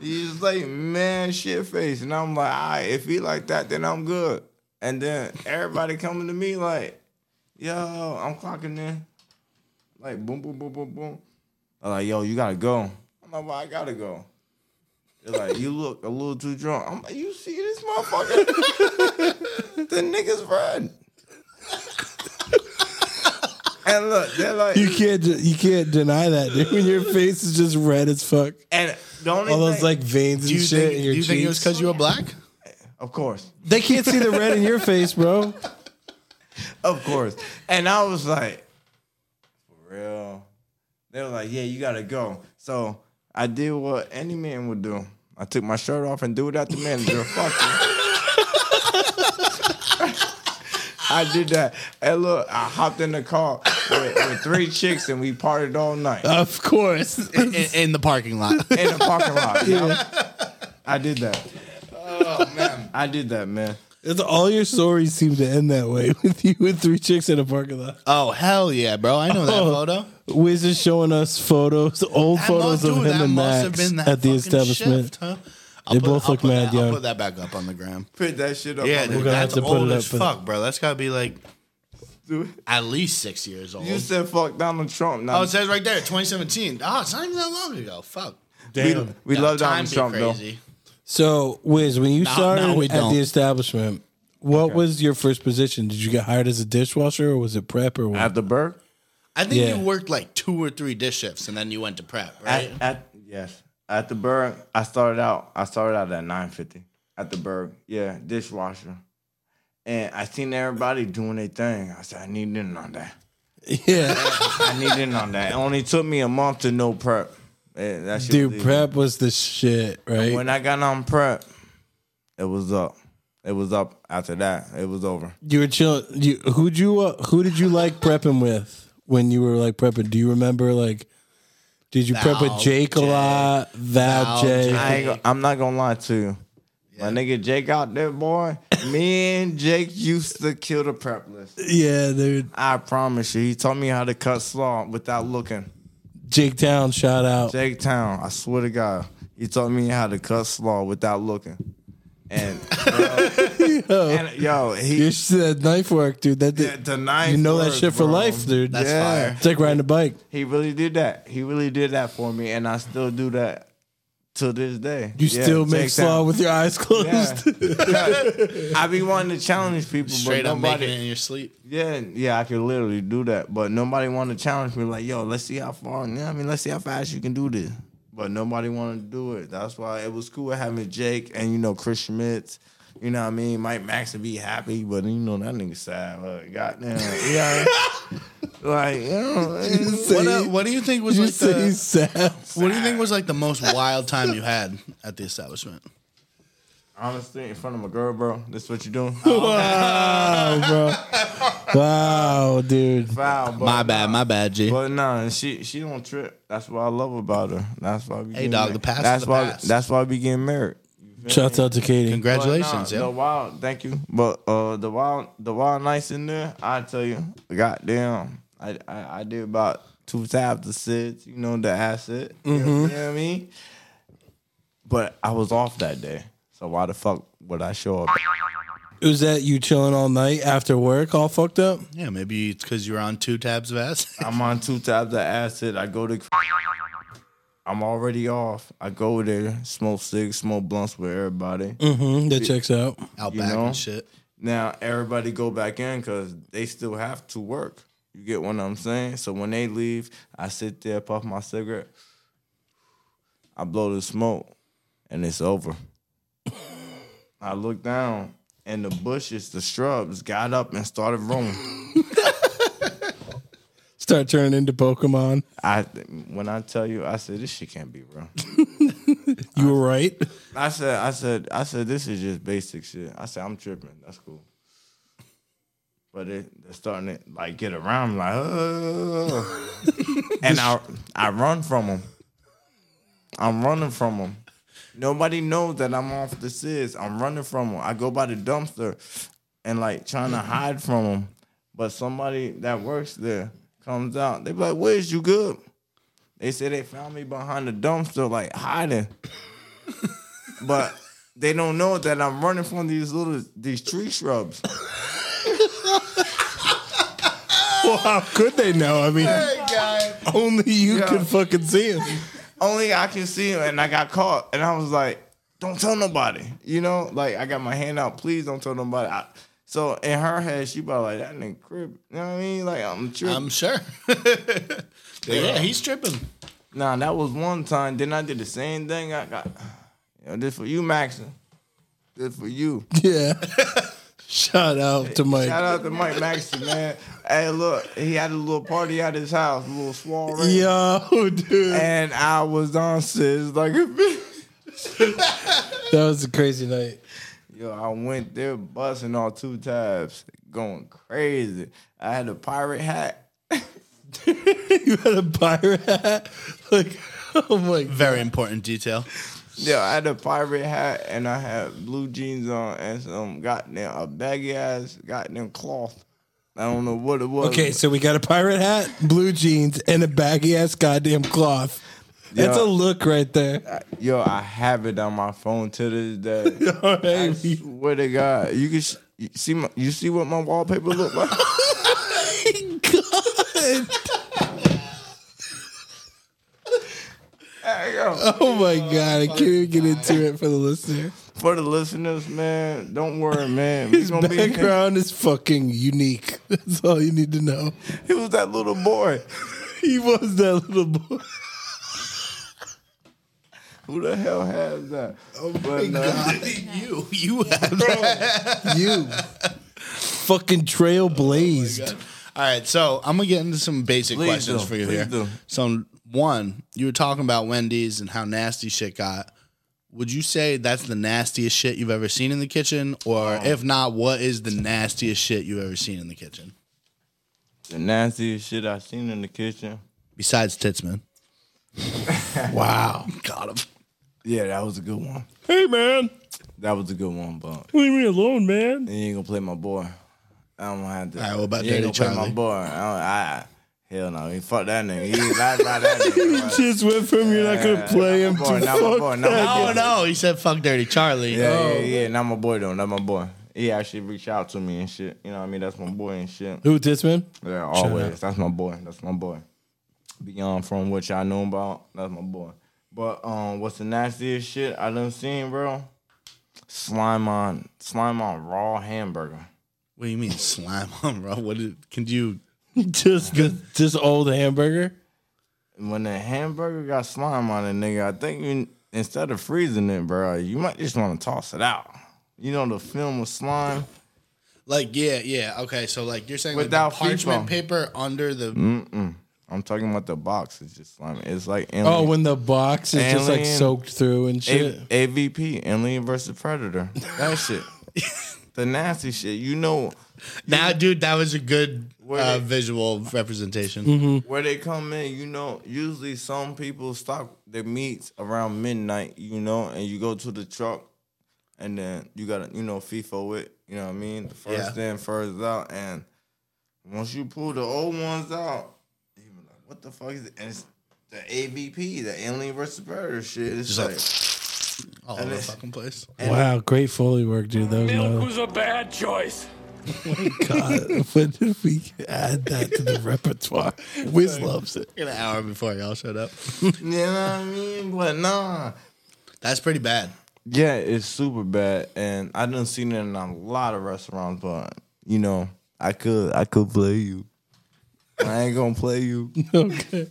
He's like, man, shit face. And I'm like, all right, if he like that, then I'm good. And then everybody coming to me like, yo, I'm clocking in. Like, boom, boom, boom, boom, boom. I'm like, yo, you gotta go. I'm like, well, I gotta go. They're like, you look a little too drunk. I'm like, you see this motherfucker? the nigga's red. and look, they're like, You can't ju- you can't deny that, dude. When your face is just red as fuck, and the only all those thing- like veins and Do you, shit think, in do your you think it was cheeks. because you were black? Of course. they can't see the red in your face, bro. Of course. And I was like, for real. They were like, yeah, you gotta go. So I did what any man would do. I took my shirt off and threw it at the manager. Fuck you. I did that. And look, I hopped in the car with, with three chicks and we partied all night Of course. In, in the parking lot. in the parking lot. I did that. Oh man. I did that, man. It's all your stories seem to end that way with you with three chicks in a parking lot. oh hell yeah, bro! I know that photo. Wiz is showing us photos, old That photos must- of dude, him that and must have Max been that at the fucking establishment. shift, huh? I'll They put- both I'll look put mad that- young. I'll put that back up on the gram. Put that shit up. Yeah, on dude, the- gonna that's have to put old it up as for fuck, bro. That's gotta be like Dude, at least six years old. You said fuck Donald Trump. Now oh, it says right there, 2017. Oh, it's not even that long ago. Fuck. Damn. We Yeah, love time Donald be Trump crazy. So, Wiz, when you started no, we at don't. the establishment, what was your first position? Did you get hired as a dishwasher or was it prep or though. what? At the Burke? I think Yeah. you worked like two or three dish shifts and then you went to prep, right? At, at yes. At the Burke, I started out I started out at nine fifty. At the Burke. Yeah, dishwasher. and I seen everybody doing their thing. I said, I need in on that. Yeah. I need in on that. It only took me a month to know prep. Eh, that shit was Dude, easy. prep was the shit, right? When I got on prep, it was up. It was up after that. It was over. you were chilling. You, who'd you uh, who did you like prepping with when you were like prepping? Do you remember like did you prep with Val Jake a J. lot? Val, Val J. J. I ain't go, I'm not gonna lie to you. My nigga Jake out there, boy. Me and Jake used to kill the prep list. Yeah, dude. I promise you. He taught me how to cut slaw without looking. Jake Town, shout out. Jake Town, I swear to God, he taught me how to cut slaw without looking. And, yo, and yo, he You should that uh, knife work, dude. That yeah, did, the ninth you know that word, shit for bro. life, dude. That's Yeah. fire. It's like riding a bike. He really did that. He really did that for me, and I still do that to this day. You Yeah, still Jake make slaw Town. with your eyes closed. Yeah. I be wanting to challenge people, Straight but up nobody. making it in your sleep. Yeah, yeah, I could literally do that, but nobody want to challenge me. Like, yo, let's see how far. Yeah, I mean, let's see how fast you can do this. But nobody want to do it. That's why it was cool having Jake and you know Chris Schmitz. You know what I mean? Mike Max would be happy, but you know that nigga sad. Like, goddamn, yeah. like, you know, What, uh, what do you think was you like say the, sad. What do you think was like the most wild time you had at the establishment? honestly, in front of a girl, bro, this what you doing? Wow, dude. Foul, but, My bad, my bad, G. But nah, she she don't trip. That's what I love about her. That's why. We Hey, getting dog, mar- the past is That's the why. past. That's why we getting married. Shouts out to Katie. Congratulations, But nah, yo. The wild, thank you. But uh, the wild, the wild nights in there, I tell you, goddamn, I I, I did about two tabs of SIDS, you know, the acid. You know what I mean? But I was off that day, so why the fuck would I show up? Was that you chilling all night after work, all fucked up? Yeah, maybe it's because you were on two tabs of ass. I'm on two tabs of acid. I go to. I'm already off. I go there, smoke cigs, smoke blunts with everybody. Mm, that checks out. out You back know? and shit. Now everybody go back in because they still have to work. You get what I'm saying? So when they leave, I sit there, puff my cigarette, I blow the smoke, and it's over. I look down, and the bushes, the shrubs, got up and started rolling. Start turning into Pokemon. I when I tell you, I said this shit can't be real. You were right. I said, I said, I said, this is just basic shit. I said, I'm tripping. That's cool. But it, they're starting to like get around me, like, "Ugh." and I, I run from them. I'm running from them. Nobody knows that I'm off the sis. I'm running from them. I go by the dumpster and like trying to hide from them. But somebody that works there comes out. They be like, "Where's you good?" They say they found me behind the dumpster, like hiding but they don't know that I'm running from these little these tree shrubs. Well, how could they know? I mean, only you Yeah. could fucking see him. Only I can see them, and I got caught, and I was like, "Don't tell nobody," you know. Like I got my hand out, please don't tell nobody. I, so in her head, she probably like that nigga crib. You know what I mean? Like I'm tripping. I'm sure. But yeah, he's tripping. nah, that was one time. Then I did the same thing. I got, you know, this for you, Maxon. This for you. Yeah. Shout out to Mike. Shout out to Mike Maxon, man. Hey, look, he had a little party at his house, a little soiree. Yo, dude. and I was on sis like a bitch. That was a crazy night. Yo, I went there busting all two tabs, going crazy. I had a pirate hat. you had a pirate hat. Like, oh my Very important detail. Yo, I had a pirate hat and I had blue jeans on and some goddamn a baggy ass goddamn cloth. I don't know what it was. Okay, so we got a pirate hat, blue jeans, and a baggy ass goddamn cloth. That's Yeah. a look right there. but- yo, I have it on my phone to this day. All I right. swear to God, you can sh- you see my, you see what my wallpaper look like. Hey, yo. Oh my god, I can't even get into it for the listener. for the listeners, man, don't worry, man. We His gonna be here. background is fucking unique. That's all you need to know. He was that little boy. He was that little boy. Who the hell has that? Oh you, you had You. fucking trail blazed. All right, so I'm gonna get into some basic Please questions do, for you please here. do. So one, you were talking about Wendy's and how nasty shit got. Would you say that's the nastiest shit you've ever seen in the kitchen, or if not, what is the nastiest shit you've ever seen in the kitchen The nastiest shit I seen in the kitchen. besides tits, man? Wow. Got him. Yeah, that was a good one. Hey man, That was a good one, but leave me alone, man. you ain't gonna play my boy. I don't have to. All right, what about you ain't Dirty gonna play Charlie? my boy. I, don't, I, I hell no, he fuck that nigga. He lied about that nigga. bro. Just went from you're not gonna play him. Not my boy, to not my fuck boy, not my that. boy. Oh no, he said fuck dirty Charlie. Yeah, yeah, yeah. Not my boy though. Not my boy. He actually reached out to me and shit. You know what I mean? That's my boy and shit. Who this man? Yeah, always. That's my boy. That's my boy. Beyond from what y'all know about, that's my boy. But um, what's the nastiest shit I done seen, bro? Slime on slime on raw hamburger. What do you mean slime on, bro? What is, can you? Just this old hamburger. When the hamburger got slime on it, nigga, I think you instead of freezing it, bro, you might just want to toss it out. You know the film with slime. Like yeah, yeah. Okay, so like you're saying Without like the parchment FIFA. paper under the I'm talking about the box. It's just slime. It's like Oh, alien. when the box is just like Alien. soaked through and shit. A- AVP, Alien versus Predator. That shit. the nasty shit. You know Now, dude, that was a good uh, they- visual representation. where they come in, you know, usually some people stop their meats around midnight, you know, and you go to the truck and then you gotta, you know, FIFO it, you know what I mean? The first Yeah. in, first out. And once you pull the old ones out, you be like, what the fuck is it? And it's the AVP, the alien versus predator shit. It's Just like, like all over the it's- fucking place. Wow, great Foley work, dude. That was Milk was a bad choice. God, when did we add that to the repertoire? Wiz loves it. An hour before y'all showed up. you know what I mean? But nah. That's pretty bad. Yeah, it's super bad, and I done seen it in a lot of restaurants. But you know, I could, I could play you. I ain't gonna play you. Okay.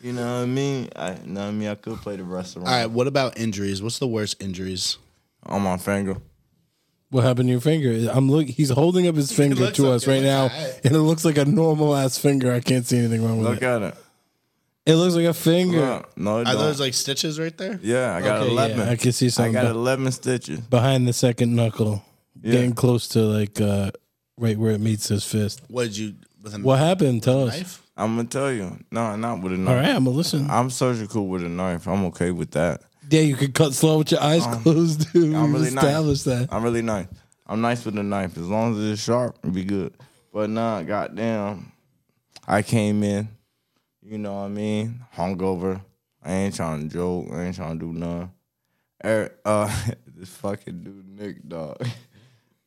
You know what I mean? I you know what I mean. I could play the restaurant All right, what about injuries? What's the worst injuries? on my finger. What happened to your finger? I'm look. He's holding up his finger looks to like us it right looks now, alright. and it looks like a normal ass finger. I can't see anything wrong with Look it. at it. It looks like a finger. Look, no, it Are don't. those like stitches right there? yeah, I got Okay, yeah, eleven. I can see something I got be- eleven stitches. behind the second knuckle, Yeah. getting close to like uh, right where it meets his fist. What did you with a What happened? Tell us. knife? I'm gonna tell you. No, not with a knife. All right, I'm gonna listen. I'm surgical with a knife. I'm okay with that. Yeah, you could cut slow with your eyes closed, dude. Um, I'm we really Uh, nice. established that. I'm really nice. I'm nice with a knife. As long as it's sharp, it'll be good. But nah, goddamn. I came in, you know what I mean, hungover. I ain't trying to joke. I ain't trying to do none. Er, uh, this fucking dude, Nick, dog.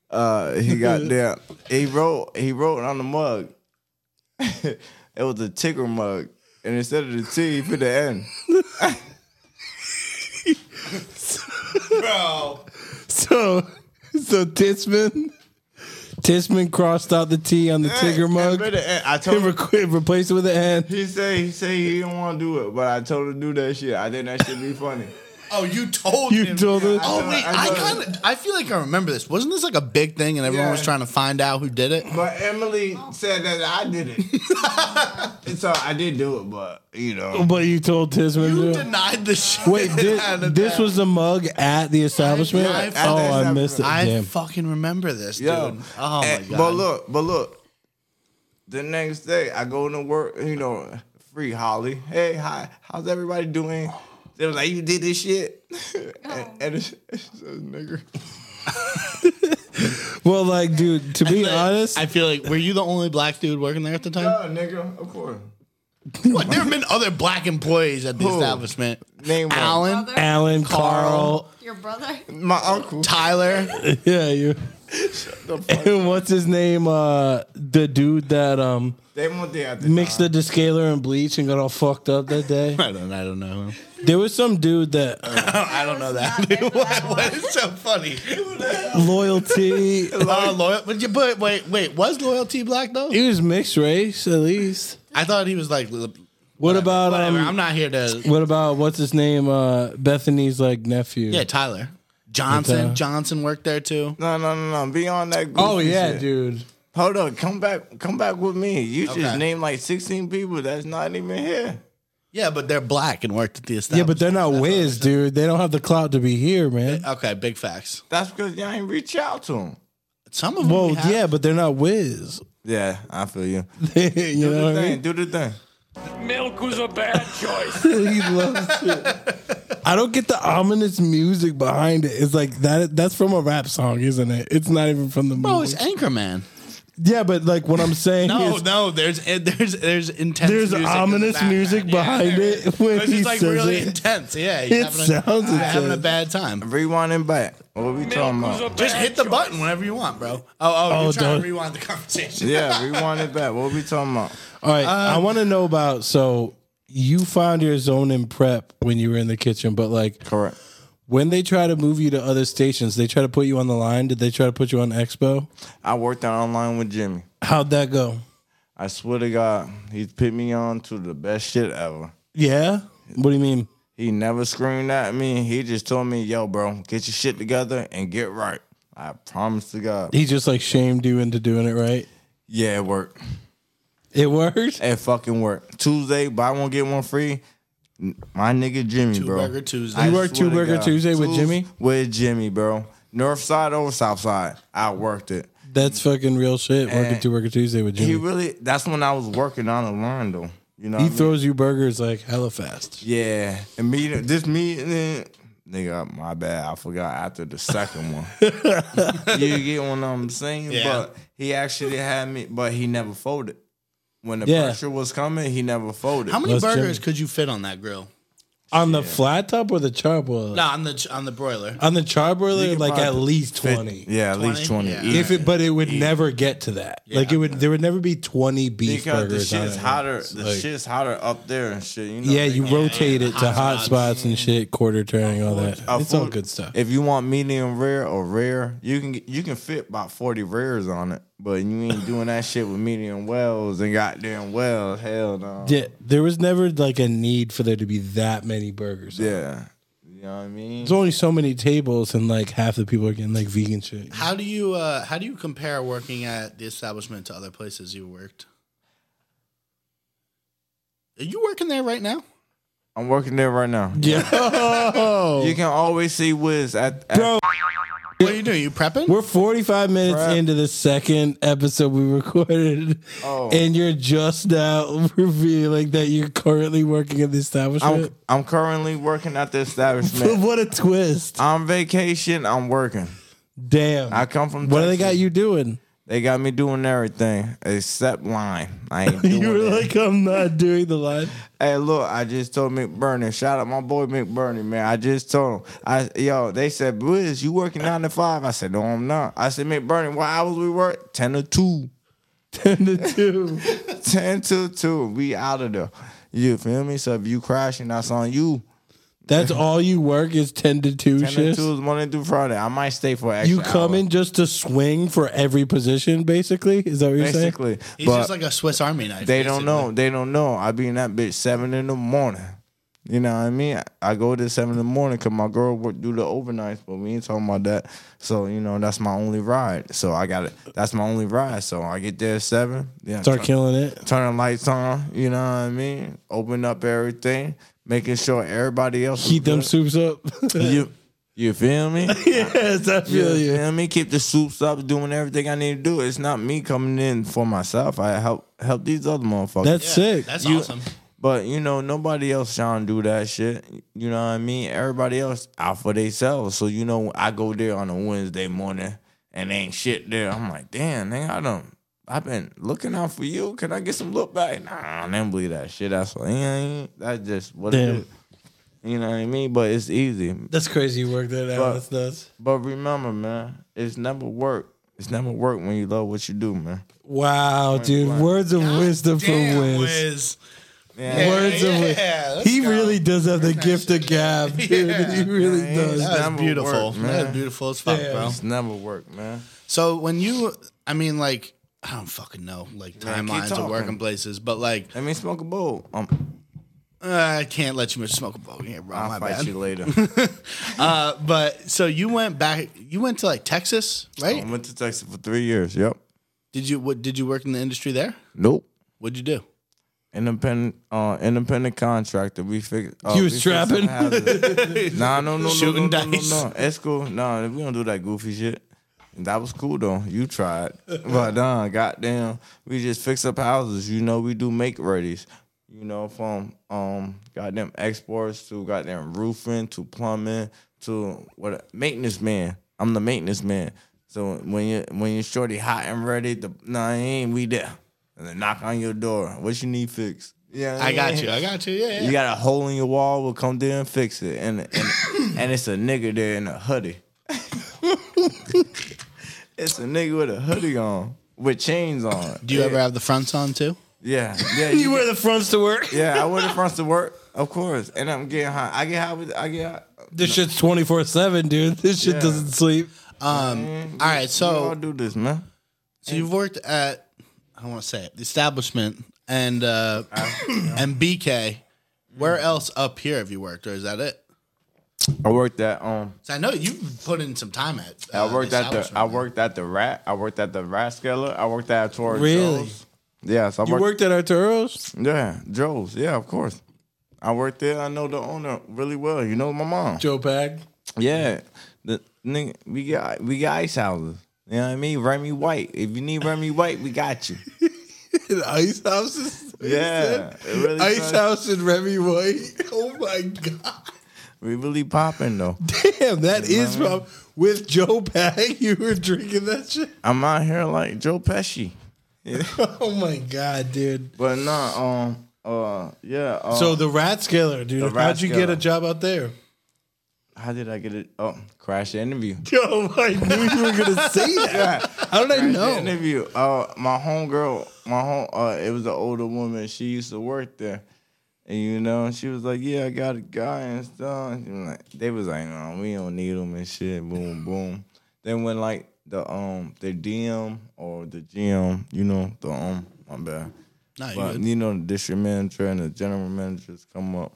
Uh, he got down. He wrote. He wrote on the mug. it was a ticker mug, and instead of the T, he put the N. So, so Tisman, Tisman crossed out the T on the Tigger And mug and, put the N. I told him. re- replaced it with an N. He say he say he didn't want to do it, but I told him to do that shit. I think that shit be funny. Oh, you told You told it. Oh wait, I I, know. kind of I feel like I remember this. Wasn't this like a big thing and everyone Yeah. was trying to find out who did it? But Emily said that I did it, and so I did do it. But you know, Oh, But you told Tisman. You to- denied the shit. Wait, this, out of this that. was the mug at the establishment. Yeah, at the oh, I missed it. I Damn. fucking remember this, dude. yo, oh my and- god. But look, but look, the next day I go to work. You know, free Holly. Hey, hi, how's everybody doing? They was like, you did this shit, and, and it's, it's a nigga. Well, like, dude, to be But honest, I feel like were you the only black dude working there at the time? Oh, nigga, of course. What? There have been other black employees at the Who? establishment. Name one. Alan, Brother? Alan, Carl, Carl. Your brother? My uncle. Tyler. yeah, you. And what's his name? Uh, the dude that um They want the at the mixed the descaler and bleach and got all fucked up that day. I don't. I don't know. There was some dude that uh, I don't know that. what, Not that what is so funny? loyalty. Uh, loyal, but, you- but wait, wait. Was loyalty black though? He was mixed race, at least. I thought he was like. li- What about Whatever. um? I'm not here to. What about what's his name? Uh, Bethany's like nephew. Yeah, Tyler. Johnson. But, uh, Johnson worked there too. No, no, no, no. Be on that. Goofy Oh yeah, shit. dude. Hold on, come back, come back with me. You Okay. just named like sixteen people that's not even here. Yeah, but they're black and worked at the Yeah, establishment. but they're not whiz, dude. They don't have the clout to be here, man. Okay, big facts. That's because y'all ain't reach out to them. Some of them. Well, we have. yeah, but they're not whiz. Yeah, I feel you. you Do know the what I thing. mean? Do the thing. he loves it. I don't get the ominous music behind it. It's like that. That's from a rap song, isn't it? It's not even from the movie. Bro, it's Anchorman. yeah, but like what I'm saying No, is no, there's eh, there's there's intense. there's music in the ominous background. music Yeah, behind there is. it when It's he just like says really it. intense. Yeah, It he's having a, sounds having a intense. bad time. Rewinding back. What we talking about? Just hit the button whenever you want, bro. Oh, oh, Oh, you're trying don't- to rewind the conversation. Yeah, rewind it back. What we talking about? All right, I want to know about so you found your zone in prep when you were in the kitchen, but like Correct. when they try to move you to other stations, they try to put you on the line. Did they try to put you on Expo? I worked out online with Jimmy. How'd that go? I swear to God, he's put me on to the best shit ever. Yeah. What do you mean? He never screamed at me. He just told me, "Yo, bro, get your shit together and get right." I promise to God. He just like shamed you into doing it, right? Yeah, it worked. It worked. It fucking worked. Tuesday, buy one get one free. N- My nigga Jimmy, Two bro. Burger Tuesday. I You worked swear to Two Burger God. Tuesday with Tues- Jimmy? With Jimmy, bro. North side or south side, I worked it. That's fucking real shit. Working And to Worker Tuesday with He Jimmy. really. That's when I was working on the line, though. You know, Mm. what He I mean? throws you burgers like hella fast. Yeah, and me this meeting, nigga, my bad, I forgot after the second one. you get what I'm saying? Yeah. But he actually had me, but he never folded. When the Yeah. pressure was coming, he never folded. How many Let's burgers jump. could you fit on that grill? On the flat top or the charbroiler? No, on the ch- on the broiler. On the charbroiler, could like at probably least Fit- twenty. Yeah, at least twenty. 20? Yeah. each. If it, but it would never get to that. Like it would, there would never be twenty beef because the burgers. on shit's it. hotter, It's the like- shit's hotter up there and shit. You know, Yeah, they you gonna- rotate it to Hot hot dogs. spots and shit, quarter turning, all that. a It's all food- good stuff. If you want medium rare or rare, you can you can fit about forty rares on it, but you ain't doing that shit with medium wells and goddamn wells. Hell no. Yeah, there was never like a need for there to be that many burgers. Yeah. You know what I mean? There's only so many tables, and like half the people are getting like vegan shit. How do you uh, how do you compare working at the establishment to other places you worked? Are you working there right now? I'm working there right now. Yo, You can always see Wiz at, at Bro. What are you doing? You prepping? we're 45 minutes Crap. into the second episode we recorded, Oh. and you're just now revealing that you're currently working at the I'm establishment. I'm currently working at the establishment. what a twist! On vacation, I'm working. Damn, I come from what do they got Texas. you doing? They got me doing everything except line. I ain't doing You were it. like, I'm not doing the line. Hey, look, I just told McBurney. Shout out my boy McBurney, man. I just told him. I yo, they said, Wiz, you working nine to five? I said, No, I'm not. I said, McBurney, what hours we work? Ten to two. 10 to 2. 10 to 2. We out of there. You feel me? So if you crashing, that's on you. That's all you work is 10 to 10 2 to shifts? 2 is Monday through Friday. I might stay for an extra You come hour, in just to swing for every position, basically? Is that what you're saying? Basically. He's but just like a Swiss Army knife. they don't basically. know. They don't know. I be in that bitch 7 in the morning. You know what I mean? I go to 7 in the morning because my girl work do the overnights, but we ain't talking about that. So, you know, that's my only ride. So I got it. That's my only ride. So I get there at 7. Yeah. Start turn- killing it. Turn the lights on, you know what I mean? Open up everything, making sure everybody else is Heat them good. soups up. You you feel me? yes, I You feel you. feel me? Keep the soups up, doing everything I need to do. It's not me coming in for myself. I help help these other motherfuckers. That's Yeah, sick. That's You- awesome. but you know, nobody else trying to do that shit. You know what I mean? Everybody else out for themselves. So you know, I go there on a Wednesday morning and ain't shit there. I'm like, damn, nigga, I done I've been looking out for you. Can I get some look back? Nah, I didn't believe that shit. That's what, yeah, that's just what it Damn. is. You know what I mean? But it's easy. That's crazy you worked that But- out. That's nuts. But remember, man, it's never work. It's never work when you love what you do, man. Wow, dude. blank. Words of wisdom from Wiz. Yeah. Words of wisdom. let's He go. really does have the gift of gab, dude. Yeah. He really Yeah, does. yeah. That Number was beautiful. work, that man. was beautiful as fuck, Yeah. bro. It's never work, man. So when you, I mean, like, I don't fucking know, like Man, keep timelines of talking. working places, but like, Let me smoke a bowl. Um, Uh, I can't let you smoke a ball here, bro. I'll My fight bad. you later. Uh, but so you went back. You went to like Texas, right? I went to Texas for three years. Yep. Did you what? Did you work in the industry there? Nope. What'd you do? Independent, uh, independent contractor. We figured. Uh, You we was fixed some trapping? houses. nah, no, no, no, Shooting no, no, dice. No, no, it's cool. Nah, we don't do that goofy shit. And that was cool though. You tried, but nah, goddamn, we just fix up houses. You know, we do make readies. You know, from um, goddamn exports to goddamn roofing to plumbing to what maintenance man. I'm the maintenance man. So when you when you're shorty hot and ready, the nah, ain't we there? And then knock on your door. What you need fixed? Yeah, I got you. I got you. Yeah. yeah. You got a hole in your wall, we'll come there and fix it. And and, and it's a nigga there in a hoodie. it's a nigga with a hoodie on, with chains on. do you ever have the fronts on too? Yeah, yeah. You, wear the fronts to work. yeah, I wear the fronts to work, of course. And I'm getting hot. I get hot with I get hot. This shit's twenty four seven, dude. This shit Yeah. doesn't sleep. Um. All right. we all So do this, man. so you've worked at I don't want to say it the establishment and uh and BK. Where else up here have you worked, or is that it? I worked at um 'Cause I know you put in some time at. uh, I worked at the I establishment. worked at the rat I worked at the rat scaler. I worked at Torres. Really? Joe's. Yes, I You worked worked at Arturo's. Yeah, Joe's. Yeah, of course. I worked there. I know the owner really well. You know my mom. Joe Pag. Yeah, the nigga, we got we got ice houses. You know what I mean? Remy White. If you need Remy White, we got you. Ice houses. Yeah, it really Ice sucks. House and Remy White. Oh my god. We really popping though. Damn, that is from with Joe Pag. You were drinking that shit. I'm out here like Joe Pesci. Oh my god, dude. But nah, um, uh, yeah. Uh, So the rat scaler, dude. The How'd rat you get scaler. a job out there? how did I get it? Oh, crash the interview. Yo, I knew you were gonna say that. How did I The know? interview. Uh, my homegirl, my home, uh, it was an older woman. She used to work there, and you know, she was like, "Yeah, I got a guy and stuff." And she was like, they was like, "No, we don't need him and shit." Boom, boom. Then when like the um the DM or the GM, you know, the um, my bad. No, you But good. you know, the district manager and the general managers come up.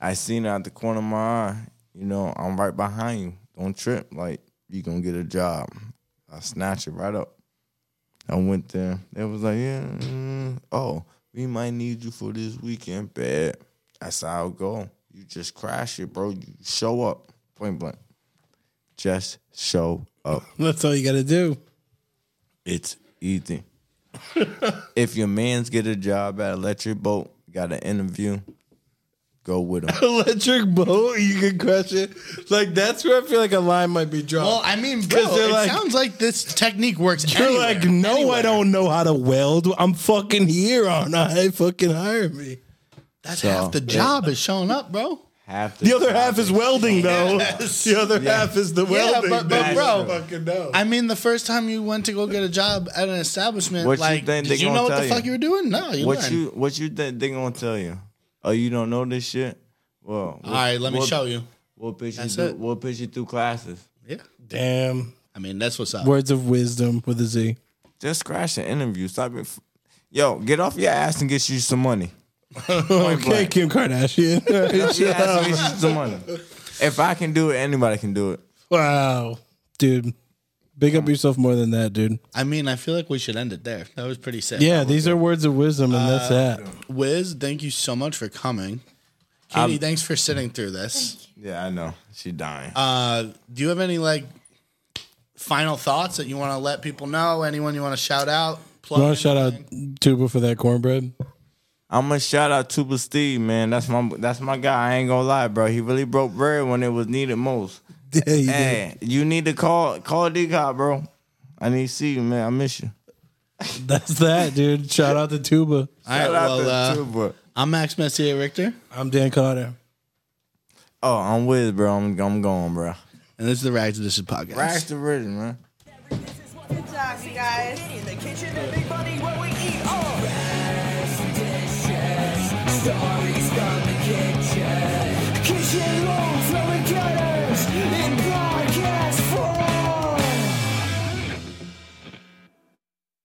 I seen her at the corner of my eye. You know, I'm right behind you. Don't trip. Like you gonna get a job. I snatched it right up. I went there. They was like, yeah, mm, oh, we might need you for this weekend, bad. That's how it go. You just crash it, bro. You show up, point blank. Just show up. That's all you gotta do. It's easy. if your man's get a job at Electric Boat, got an interview, go with him. Electric boat, you can crush it. Like that's where I feel like a line might be drawn. Well, I mean, bro, 'Cause they're it like- sounds like this technique works. You're anywhere, like, no, I anywhere. don't know how to weld. I'm fucking here, aren't I? Fucking hire me. That's So- half the job is showing up, bro. Half The other half is welding, though. The other Yeah. half is the Yeah, welding. but- but dude. bro, fucking know. I mean, the first time you went to go get a job at an establishment, What you think like, they did you gonna know what tell the you? fuck you were doing? No, you What learned. you what you think they gonna tell you? Oh, you don't know this shit? Well, All right, let me show you. We'll pitch you That's through, it. we'll pitch you through classes. Yeah, Damn. I mean, that's what's up. Words of wisdom with a Z. Just crash the interview. Stop it. f- Yo, get off your ass and get you some money. Point Okay, blank. Kim Kardashian. Get your ass and get you some money. If I can do it, anybody can do it. wow. Dude, big up yourself more than that, dude. I mean, I feel like we should end it there. That was pretty sick. Yeah, these are words of wisdom, and Uh, that's that. Wiz, thank you so much for coming. Katie, Um, thanks for sitting through this. Yeah, I know. She dying. Uh, do you have any like final thoughts that you want to let people know? Anyone you want to shout out? Plug You want to shout out anything? Tuba for that cornbread? I'm gonna shout out Tuba Steve, man. That's my that's my guy. I ain't gonna lie, bro. He really broke bread when it was needed most. Yeah, you did. Hey, you need to call call D Cop, bro. I need to see you, man. I miss you. That's that, dude. Shout out to Tuba. All right, Shout out well, to uh, Tuba. I'm Max Messier Richter, I'm Dan Carter. Oh, I'm with, bro. I'm I'm going, bro. and this is the Rags to Dishes podcast. Rash the rhythm, man. Good job, you guys. In the kitchen, everybody, where we eat all. Stories from the